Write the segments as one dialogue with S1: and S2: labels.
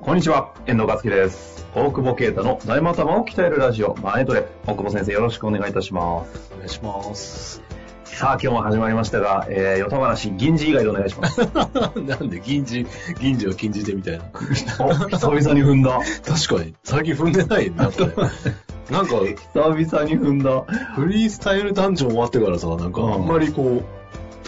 S1: こんにちは、遠藤和樹です。大久保啓太の財務頭を鍛えるラジオ、マネトレ。大久保先生、よろしくお願いいたします。
S2: お願いします。
S1: さあ、今日も始まりましたが、えー、よた話、銀次以外でお願いし ます。
S2: なんで銀次、銀次を禁じてみたいな。
S1: お、久々に踏んだ。
S2: 確かに、最近踏んでないな、 これ。なんか、
S1: 久々に踏んだ。
S2: フリースタイルダンジョン終わってからさ、なんか
S1: うん
S2: あんまりこう、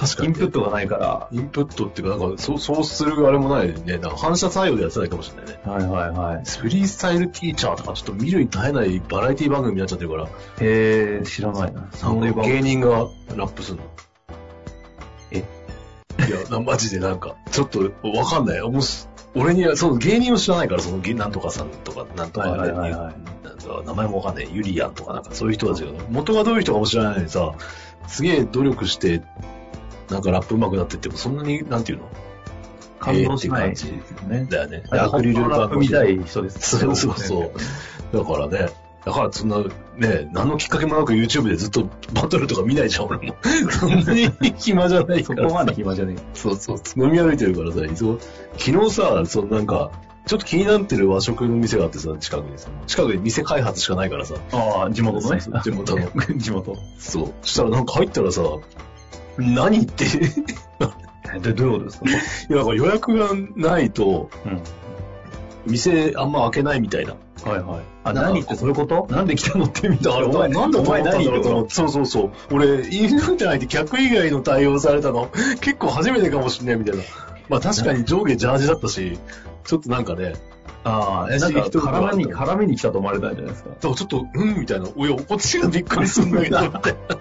S2: 確か
S1: イ
S2: に
S1: ン。プットがないか
S2: インプットっていうか、なんか、そう、そうするあれもないね。なんか反射作用でやってないかもしれないね。
S1: ら。はいはいはい。
S2: フリースタイルティーチャーとかちょっと見るに耐えないバラエティ番組になっちゃってるから、
S1: えー、知らないな。そうい
S2: な
S1: え
S2: んか
S1: ば、
S2: 芸人がラップするの。
S1: え
S2: いや、なマジでなんか、ちょっとわかんない。おもし俺には、そう、芸人を知らないから、その、芸なんとかさんとか、なんとか、
S1: はいはいはいはい
S2: なんか名前もわかんない、ユリアンとかなんかそういう人たちが、元がどういう人かも知らないのにさ、すげえ努力して、なんかラップ上手くなってっても、そんなに、なんていうの
S1: 感動しない
S2: えーっ
S1: です
S2: ていう感
S1: ね
S2: じ。だよね。
S1: アクリルラップみたい人です。
S2: そうそうそう。だからね、だからそんな、ね、何のきっかけもなく YouTube でずっとバトルとか見ないじゃん、俺も。そんなに暇じゃない
S1: そ
S2: から
S1: こま
S2: さ。
S1: で暇じゃねえ。
S2: そうそう、飲み歩いてるからさ、いつも昨日さ、そのなんか、ちょっと気になってる和食の店があってさ、近くにさ、近くに店開発しかないからさ、
S1: ああ、地元のね
S2: そうそう。地元の。
S1: 地元。
S2: そう。そしたらなんか入ったらさ、何って、 い
S1: えで、どういうことですか
S2: や、なんか予約がないと、
S1: う
S2: 店あんま開けないみたいな。
S1: ん。はいはい。あ、
S2: なんか
S1: 何ってそういうことなんで来たのってみた
S2: だ
S1: いな。
S2: から、
S1: お前、
S2: なんで
S1: お
S2: お前
S1: 前何
S2: 何
S1: っ
S2: ってて
S1: こ
S2: こととそうそうそう。俺、飲食店入って客以外の対応されたの、 結構初めてかもしんないみたいな。まあ確かに上下ジャージだったし、ちょっとなんかね、
S1: ああ、えなんか絡みに、絡みに来たと思われたんじゃないですか。
S2: だからちょっと、うんみたいな。おや、こっちがびっくりするんだけど、 みたいな。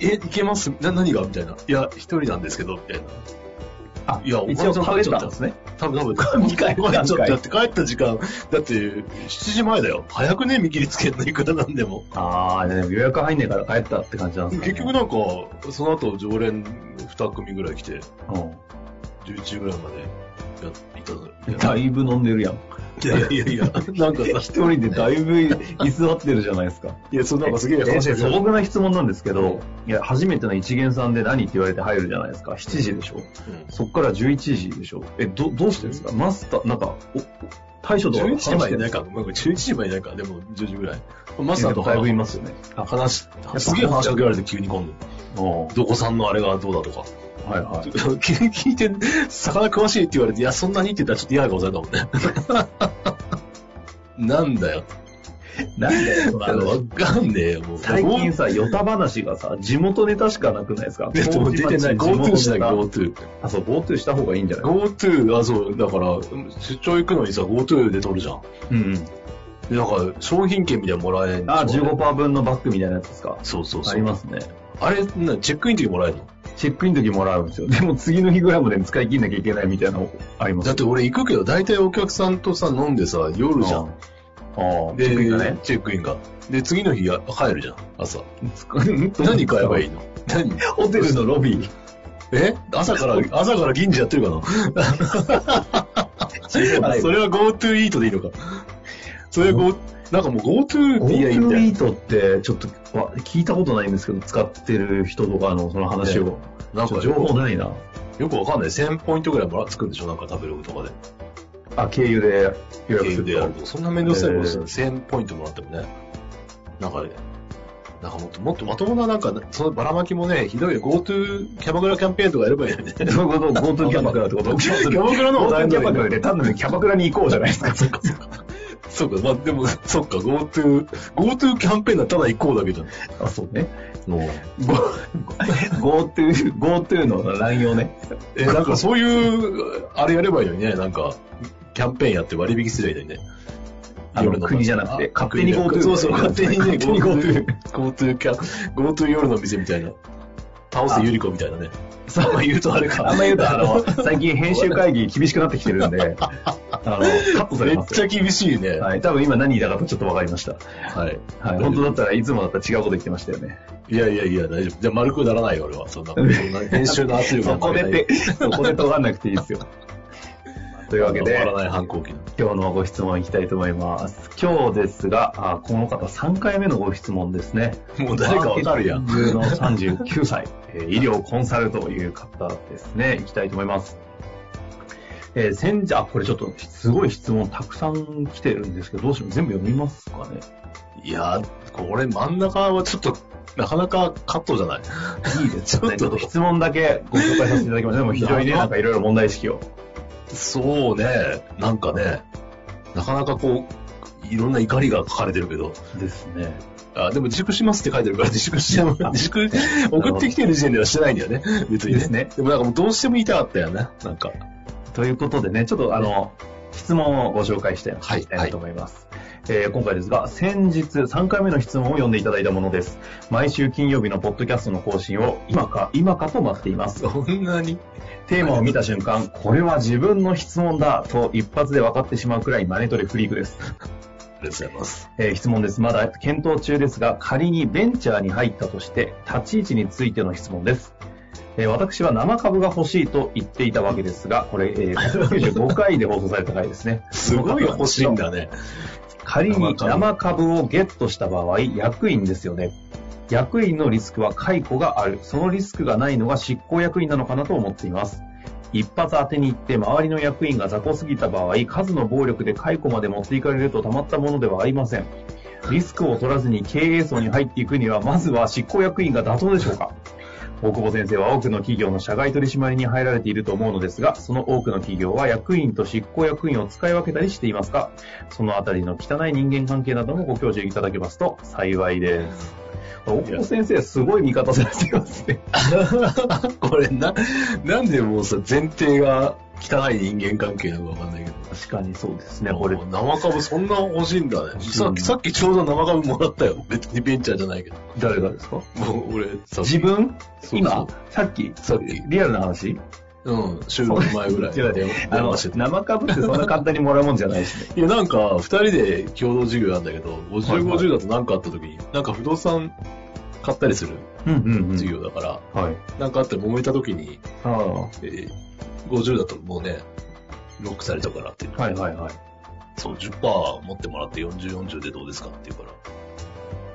S2: え、いけますな、何がみたいな。いや、一人なんですけど、みたいな。
S1: あ
S2: いや、お前
S1: 一応
S2: さん
S1: 食べ
S2: ち
S1: た
S2: ょっ
S1: んで
S2: と
S1: すね。
S2: 多分多分、
S1: 二回
S2: ごめんちょ
S1: 三
S2: っと、
S1: 回
S2: だって帰った時間、だって、7時前だよ。早くね、見切りつけんの、いくらなんでも。
S1: ああ、でも予約入んねえから帰ったって感じなんですか、ね。
S2: 結局なんか、その後常連2組ぐらい来て、
S1: う
S2: 11時ぐらいまでやっていたの
S1: ん。だいぶ飲んでるやん。
S2: いやいやいや、なんかさ、
S1: 一人でだいぶ居座ってるじゃないですか。
S2: いや、 そんなんかすげえ
S1: え
S2: 話
S1: 素
S2: が
S1: 朴な質問なんですけど、いや、初めての一元さんで何って言われて入るじゃないですか。7時でしょ。そっから11時でしょ。え、ど、どうしてるんですかマスター、なんか、お、大将とか
S2: 11時前い
S1: で
S2: ないいか、まあ11時前いないか、でも10時ぐらい。マスタ
S1: だ
S2: ー
S1: と
S2: と
S1: だ
S2: か
S1: いぶいますよね。
S2: 話、すげえ話しかけられて急に今度、
S1: おー
S2: どこさんのあれがどうだとか。
S1: はいはい。
S2: 聞いて、魚詳しいって言われて、いや、そんなにって言ったらちょっと嫌な顔されたもんね。なんだよ。
S1: なんだ よ、その
S2: あ
S1: 話
S2: のわかんねえよ、もう。
S1: 最近さ、ヨタ話がさ、地元ネタしかなくないですか
S2: でも出てない。
S1: 地元ネ
S2: GoTo しな
S1: タ
S2: い、GoTo。
S1: あ、そう、GoTo した方がいいんじゃない
S2: GoTo、あ、そう、だから、出張行くのにさ、GoTo で取るじゃ
S1: う
S2: ん。
S1: ん。
S2: で、なんか、商品券みたいなのもらえんで
S1: あ、
S2: しょ
S1: 15%分のバッグみたいなやつですか
S2: そうそうそう。
S1: ありますね。
S2: あれ、なチェックインの時もらえるの
S1: チェックインの時もらうんですよ。でも次の日ぐらいまでに使い切んなきゃいけないみたいなのあります
S2: だ
S1: よ
S2: って俺行くけど、大体お客さんとさ、飲んでさ、夜じゃ
S1: うん
S2: ん。
S1: ああ、チ
S2: で
S1: ェックインがね。
S2: チェックインが。で、次の日や帰るじゃん、朝。何
S1: 何
S2: 買えばい
S1: い
S2: いの何
S1: ホテルのロビー。
S2: え朝 から、朝から銀次やってるかなあそれは GoTo イートでいいのか。それは Go、なんかもう GoTo でいいやいいみた
S1: GoTo イ
S2: い
S1: ートって、ちょっとわ聞いたことないんですけど、使ってる人とかのその話を。
S2: な。なん
S1: ちょ
S2: か
S1: っと情
S2: 情
S1: 報
S2: 報
S1: ないな。
S2: よくわかんない。1000ポイントぐらいもらつくんでしょなんか食べログとかで。
S1: あ、経由で予約
S2: 経
S1: す
S2: 由で
S1: る
S2: や
S1: と
S2: る。と。そんな面倒くさいことす
S1: え
S2: る。1000ポイントもらってもね。なんかね、なんかもっともっとまともななんか、そのばらまきもね、ひどいよ。GoTo キャバクラキャンペーンとかやればいいのにね。
S1: そういうこと、GoTo キャバクラってこと
S2: キャバクラの方が大変
S1: キ
S2: だ
S1: ャバ
S2: よ
S1: クラ
S2: ね
S1: で、単なるキャバクラに行こうじゃないですか。
S2: そっかそっか。そうか、まあでも、そっか、GoTo、GoTo キャンペーンならただ行こうだけじゃん。
S1: あ、そうね。
S2: の
S1: GoTo、GoTo の乱用ね。
S2: え、なんかそういう、あれやればいいのにね、なんか、キャンペーンやって割引すりゃいいのにね。
S1: あの国じゃなくて、勝手に GoTo。
S2: そうそう、勝手に
S1: 勝
S2: ね、
S1: 手に GoTo。
S2: GoTo か、GoTo 夜の店みたいな。倒せゆり子みたいなね。
S1: そう
S2: まあ言うとあれか。
S1: あんま言うと、あの、最近編集会議厳しくなってきてるんで、あの、カットさ
S2: め
S1: れ
S2: っ
S1: ます
S2: ちゃ
S1: よ。
S2: 厳しいね。
S1: はい、多分今何言いたかったちょっとわかりました。
S2: はい。
S1: はい、本当だったらいつもだったら違うこと言ってましたよね。
S2: いやいやいや、大丈夫。じゃあ丸くならないよ、俺は。そんな、そんな編集の圧力
S1: そ
S2: は
S1: こで
S2: 負けない
S1: って、そこでとがんなくていいですよ。というわけ
S2: 終
S1: で
S2: わ、らない反抗期の。
S1: 今日のご質問いきたいと思います。今日ですが、あこの方3回目のご質問ですね。
S2: もう誰かわかるやん。
S1: マーケティングの39歳、えー医療コンサルという方ですね。いきたいと思います。えー、先日、あ、これちょっとすごい質問たくさん来てるんですけど、どうしよう全部読みますかね。
S2: いや、これ真ん中はちょっと、なかなかカットじゃない。
S1: いいですかね。
S2: ち
S1: ち
S2: ょ
S1: ょっ
S2: っと
S1: と質問だけご紹介させていただきました。でも非常にね、なんかいろいろ問題意識を。
S2: そうね。なんかね、なかなかこう、いろんな怒りが書かれてるけど、
S1: ですね。
S2: あ、でも自粛しますって書いて るから自粛しても、自粛、送ってきてる時点ではしてないんだよね。別に
S1: ですね
S2: でもなんかもうどうしても言いたかったよね。なんか。
S1: ということでね、ちょっとあの、質問をご紹介してい
S2: はい
S1: きたいと思います。えー今回ですが、先日3回目の質問を読んでいただいたものです。毎週金曜日のポッドキャストの更新を今か今かと待っています。
S2: そんなに
S1: テーマを見た瞬間、これは自分の質問だと一発で分かってしまうくらいマネトレフリークです。
S2: ありがとうございます。
S1: えー質問です。まだ検討中ですが、仮にベンチャーに入ったとして、立ち位置についての質問です。えー私は生株が欲しいと言っていたわけですが、これ、えー、95回で放送された回ですね。
S2: すごい欲しいんだ ね。
S1: 仮に
S2: 生株
S1: 生株をゲットした場合、役員ですよね。役員のリスクは解雇がある。そのリスクがないのが執行役員なのかなと思っています。一発当てに行って周りの役員が雑魚すぎた場合、数の暴力で解雇まで持っていかれるとたまったものではありません。リスクを取らずに経営層に入っていくには、まずは執行役員が妥当でしょうか大久保先生は多くの企業の社外取締役に入られていると思うのですが、その多くの企業は役員と執行役員を使い分けたりしていますかそのあたりの汚い人間関係などもご教授いただけますと幸いです。大久保先生、すごい味方されてますね。
S2: これな、なんでもうさ、前提が汚い人間関係なのかわかんないけど。
S1: 確かにそうですね、これ
S2: も。う生株そんな欲しいんだね。
S1: しい
S2: さっき、さっきちょうど生株もらったよ。別にベンチャーじゃないけど。
S1: 誰がですか
S2: もう俺、さ
S1: 自分
S2: そう
S1: 今さっき
S2: さっき
S1: リアルな話
S2: うん、収録前ぐら い
S1: 違う
S2: で
S1: あ
S2: 電
S1: の
S2: 話してて
S1: 生株ってそんな簡単にもらうもんじゃないしね。
S2: いや、なんか、二人で共同事業なんだけど、
S1: はい
S2: 50、
S1: はい
S2: 50だとなんかあった時に、なんか不動産買ったりする
S1: うんうん
S2: 事業だから、
S1: はい。
S2: なんかあって揉めた時に、
S1: ああ。は
S2: えー50だともうね、ロックされたからっていう。
S1: いはいはい。
S2: そう、10%持ってもらって40、40でどうですかって言うから。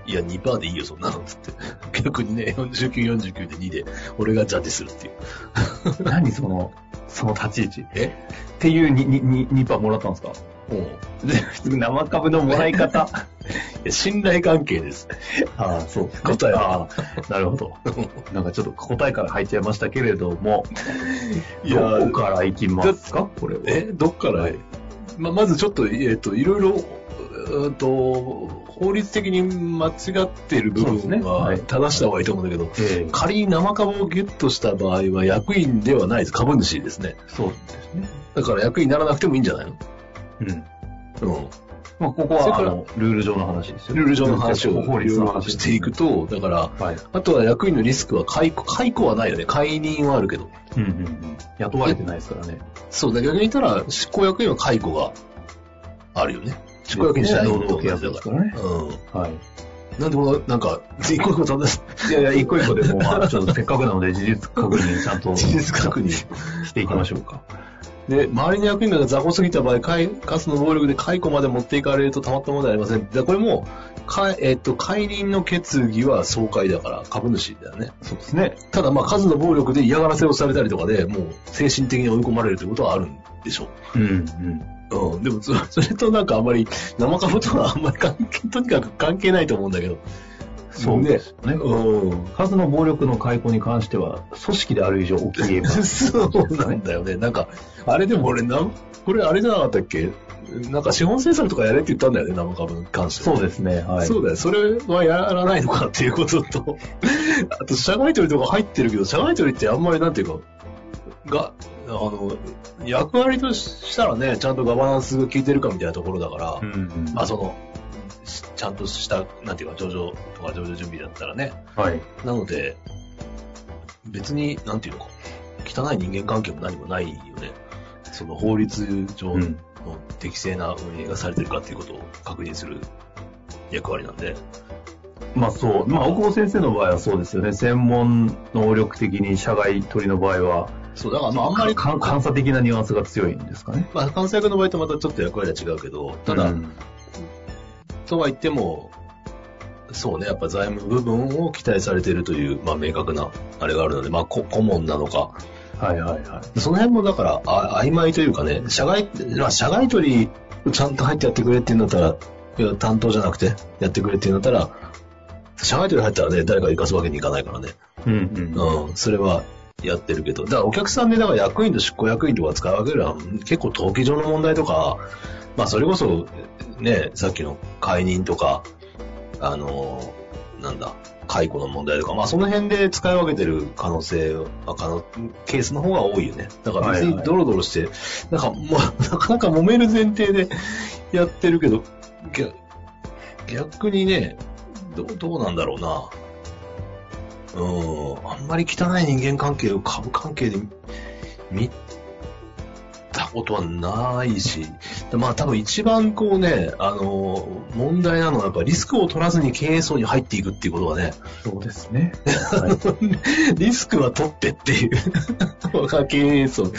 S2: いや、2%でいいよ、そんなの、つって。 逆にね、49、49で2で、俺がジャッジするってい う。
S1: 何その、その立ち位置。
S2: え
S1: っていうににに2%もらったんですか
S2: もう、い
S1: で普通生株のもらい 方。
S2: や信頼関係です。
S1: ああ、そう。
S2: 答えは
S1: ああ、なるほ ど。なんかちょっと答えから入っちゃいましたけれども、
S2: いや
S1: どこから行きますかこれは。
S2: えどっから、
S1: はい
S2: ままずちょっと、えっ、と、いろいろ、うーんと、法律的に間違っている部
S1: そうですね
S2: 分
S1: は
S2: はい正した方がいいと思うんだけど、
S1: ええ
S2: 仮に生株をゲットした場合は役員ではないです。株主ですね。
S1: そうですね。
S2: だから役員にならなくてもいいんじゃないの
S1: うん。
S2: うん。
S1: まあ、ここ
S2: そ
S1: は、
S2: れか
S1: あ
S2: ら
S1: の、ルール上の話ですよね
S2: ルール上の話を
S1: ルール上法律の話ですね
S2: していくと、だから、
S1: はい。
S2: あとは役員のリスクは解雇、解雇はないよね。解任はあるけど。
S1: うんうんうん。雇われてないですからね。
S2: そうだ、逆に言ったら、執行役員は解雇があるよね。執行役員しない
S1: 労
S2: と
S1: 働契約ですからね。
S2: うん。
S1: はい。
S2: なんでもな、なんか、一個一個正す。
S1: いやいや、一個一個でも、 まあ、ちょっとせっかくなので、事実確認ちゃんと
S2: 事実確認。
S1: していきましょうか。
S2: で、周りの役員が雑魚すぎた場合、解カスの暴力で解雇まで持っていかれるとたまったものではありません。でこれも、かえっと、解任の決議は総会だから、株主だよね。
S1: そうですね。
S2: ただ、まあ、数の暴力で嫌がらせをされたりとかで、もう、精神的に追い込まれるということはあるんでしょ
S1: う
S2: う。
S1: んうん。
S2: うん、でもそ、 それとなんかあんまり、生株とはあんまり関係、とにかく関係ないと思うんだけど。
S1: そう
S2: ね
S1: で。すね。
S2: うん。
S1: 数の暴力の解雇に関しては、組織である以上起きれば。
S2: そうなんだよね。なんか、あれでも俺な、これあれじゃなかったっけなんか資本政策とかやれって言ったんだよね、生株に関しては。
S1: そうですね。はい。
S2: そうだよ。それはやらないの かっていうことと、あと、社外取りとか入ってるけど、社外取りってあんまりなんていうか、が、あの、役割としたらね、ちゃんとガバナンスが効いてるかみたいなところだから、
S1: うんうん
S2: まあその、しちゃんとした、なんていうか、上場とか上場準備だったらね。
S1: はい。
S2: なので、別に、なんていうのか、汚い人間関係も何もないよね。その法律上
S1: うん
S2: の適正な運営がされてるかっていうことを確認する役割なんで。
S1: まあそう、まあ大久保先生の場合はそうですよね。専門能力的に社外取りの場合は、
S2: そう、だからまああんまり、
S1: か監査的なニュアンスが強いんですかね。
S2: まあ関西役の場合とまたちょっと役割は違うけど、ただ、
S1: うん
S2: とは言っても、そうね、やっぱ財務部分を期待されているという、まあ明確なあれがあるので、まあこ顧問なのか、
S1: はいはいはい。
S2: その辺もだから、あ曖昧というかね、社外、まあ、社外取り、ちゃんと入ってやってくれって言うんだったら、いや担当じゃなくて、やってくれって言うんだったら、社外取り入ったらね、誰か行かすわけにいかないからね。
S1: うんうん。
S2: うん、それはやってるけど、だからお客さんで、だから役員と執行役員とか使うわけでは、結構登記上の問題とか、まあそれこそ、ね、さっきの解任とか、あの、なんだ、解雇の問題とか、まあその辺で使い分けてる可能性は、可能、ケースの方が多いよね。だから別
S1: はいは
S2: に
S1: い
S2: ドロドロして、なんかもう、 なかなか揉める前提でやってるけど、逆逆にね、どう、どうなんだろうな。うん、あんまり汚い人間関係を株関係で見たことはないし、まあ多分一番こうね、あの、問題なのはやっぱリスクを取らずに経営層に入っていくっていうことはね、
S1: そうです ね。はい
S2: リスクは取ってっ ていう、経営層。
S1: 経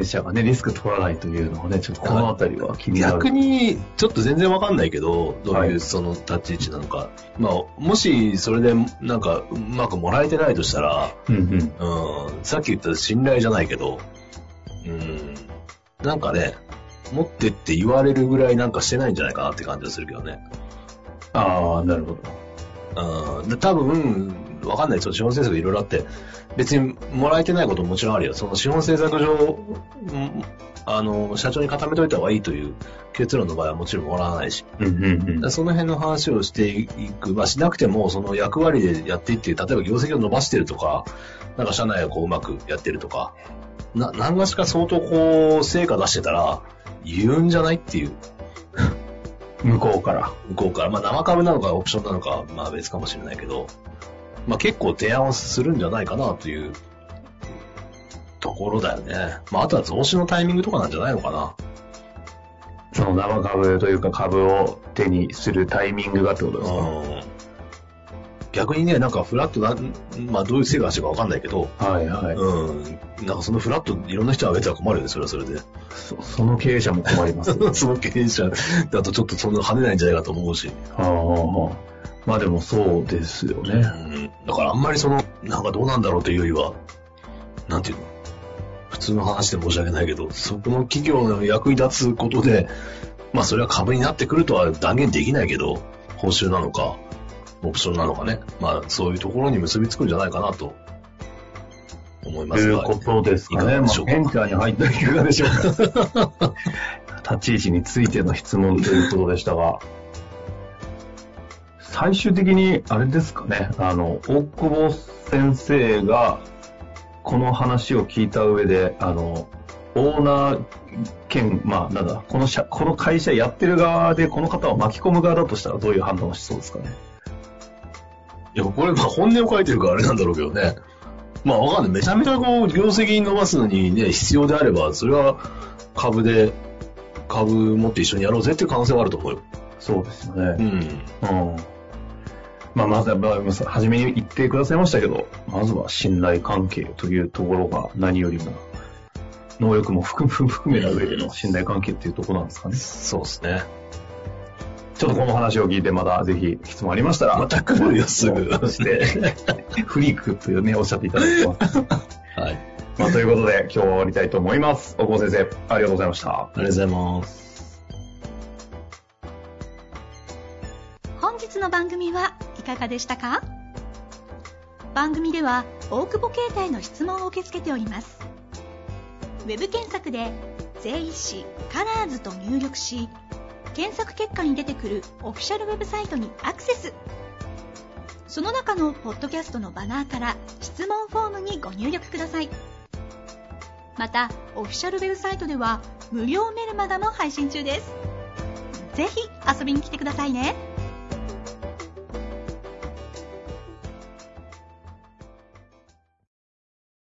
S1: 営者がね、リスク取らないというのはね、ちょっとこのあたりは気になる。
S2: 逆に、ちょっと全然わかんないけど、どう
S1: はいいう
S2: その立ち位置なのか。まあ、もしそれでなんかうまくもらえてないとしたら、
S1: うんうん。
S2: うん、さっき言った信頼じゃないけど、うん、なんかね、持ってって言われるぐらいなんかしてないんじゃないかなって感じはするけどね。
S1: ああ、なるほど。
S2: うん、で多分、わかんないですよ。資本政策いろいろあって、別にもらえてないことももちろんあるよ。その資本政策上、うんあの、社長に固めといた方がいいという結論の場合はもちろんもらわないし。
S1: うんうんうん。
S2: その辺の話をしていく、まあ、しなくても、その役割でやっていって、例えば業績を伸ばしてるとか、なんか社内をこううまくやってるとか、な、何がしか相当こう、成果出してたら、言うんじゃないっていう、
S1: 向こうから。
S2: 向こうから。まあ、生株なのかオプションなのか、まあ別かもしれないけど、まあ結構提案をするんじゃないかなという、ところだよね。まああとは増資のタイミングとかなんじゃないのかな。
S1: その生株というか株を手にするタイミングがってことですか、
S2: うん。逆にね、なんかフラットな、まあどういう成果してるかわかんないけど、
S1: はいはい、
S2: うん。なんかそのフラットいろんな人が上げたら困るよね、それはそれで。
S1: そ。その経営者も困ります。
S2: その経営者だとちょっとそんな跳ねないんじゃないかと思うし。
S1: はあはあはあまあでもそうですよ
S2: う
S1: ね。
S2: ん。だからあんまりその、なんかどうなんだろうというよりは、なんていうの普通の話で申し訳ないけど、そこの企業の役に立つことで、まあそれは株になってくるとは断言できないけど、報酬なのか、オプションなのかね。まあそういうところに結びつくんじゃないかなと、思い
S1: と
S2: ます
S1: い
S2: が
S1: うことですか
S2: い
S1: ね。まあ、
S2: かがでし
S1: ベ
S2: ょう
S1: ン
S2: か
S1: チャーに入ったいかがでしょうか。 立ち位置についての質問ということでしたが、最終的に、あれですかね、あの、大久保先生が、この話を聞いた上で、あの、オーナー兼、まあ、なんだ、この社、この会社やってる側で、この方を巻き込む側だとしたら、どういう判断をしそうですかね。
S2: いや、これ、まあ、本音を書いてるからあれなんだろうけどね。まあ、わかんない。めちゃめちゃこう、業績伸ばすのにね、必要であれば、それは株で、株持って一緒にやろうぜっていう可能性はあると思うよ。
S1: そうですよね。
S2: うん。
S1: うんまあ、まずは、まあまずは初めに言ってくださいましたけど、まずは信頼関係というところが何よりも、能力も含む含めた上での信頼関係っていうところなんですかね。
S2: そうですね。
S1: ちょっとこの話を聞いて、またぜひ質問ありましたら、
S2: また来るよ、すぐ。
S1: そして、フリークというね、おっしゃっていただいてます。
S2: はい。あり
S1: まあ、ということで、今日は終わりたいと思います。大久保先生、ありがとうございました。
S2: がとうございます。
S3: 本日の番組はいかがでしたか番組では大久保携帯の質問を受け付けておりますウェブ検索で「税理士カラーズと入力し検索結果に出てくるオフィシャルウェブサイトにアクセスその中のポッドキャストのバナーから質問フォームにご入力くださいまたオフィシャルウェブサイトでは無料メルマガも配信中ですぜひ遊びに来てくださいね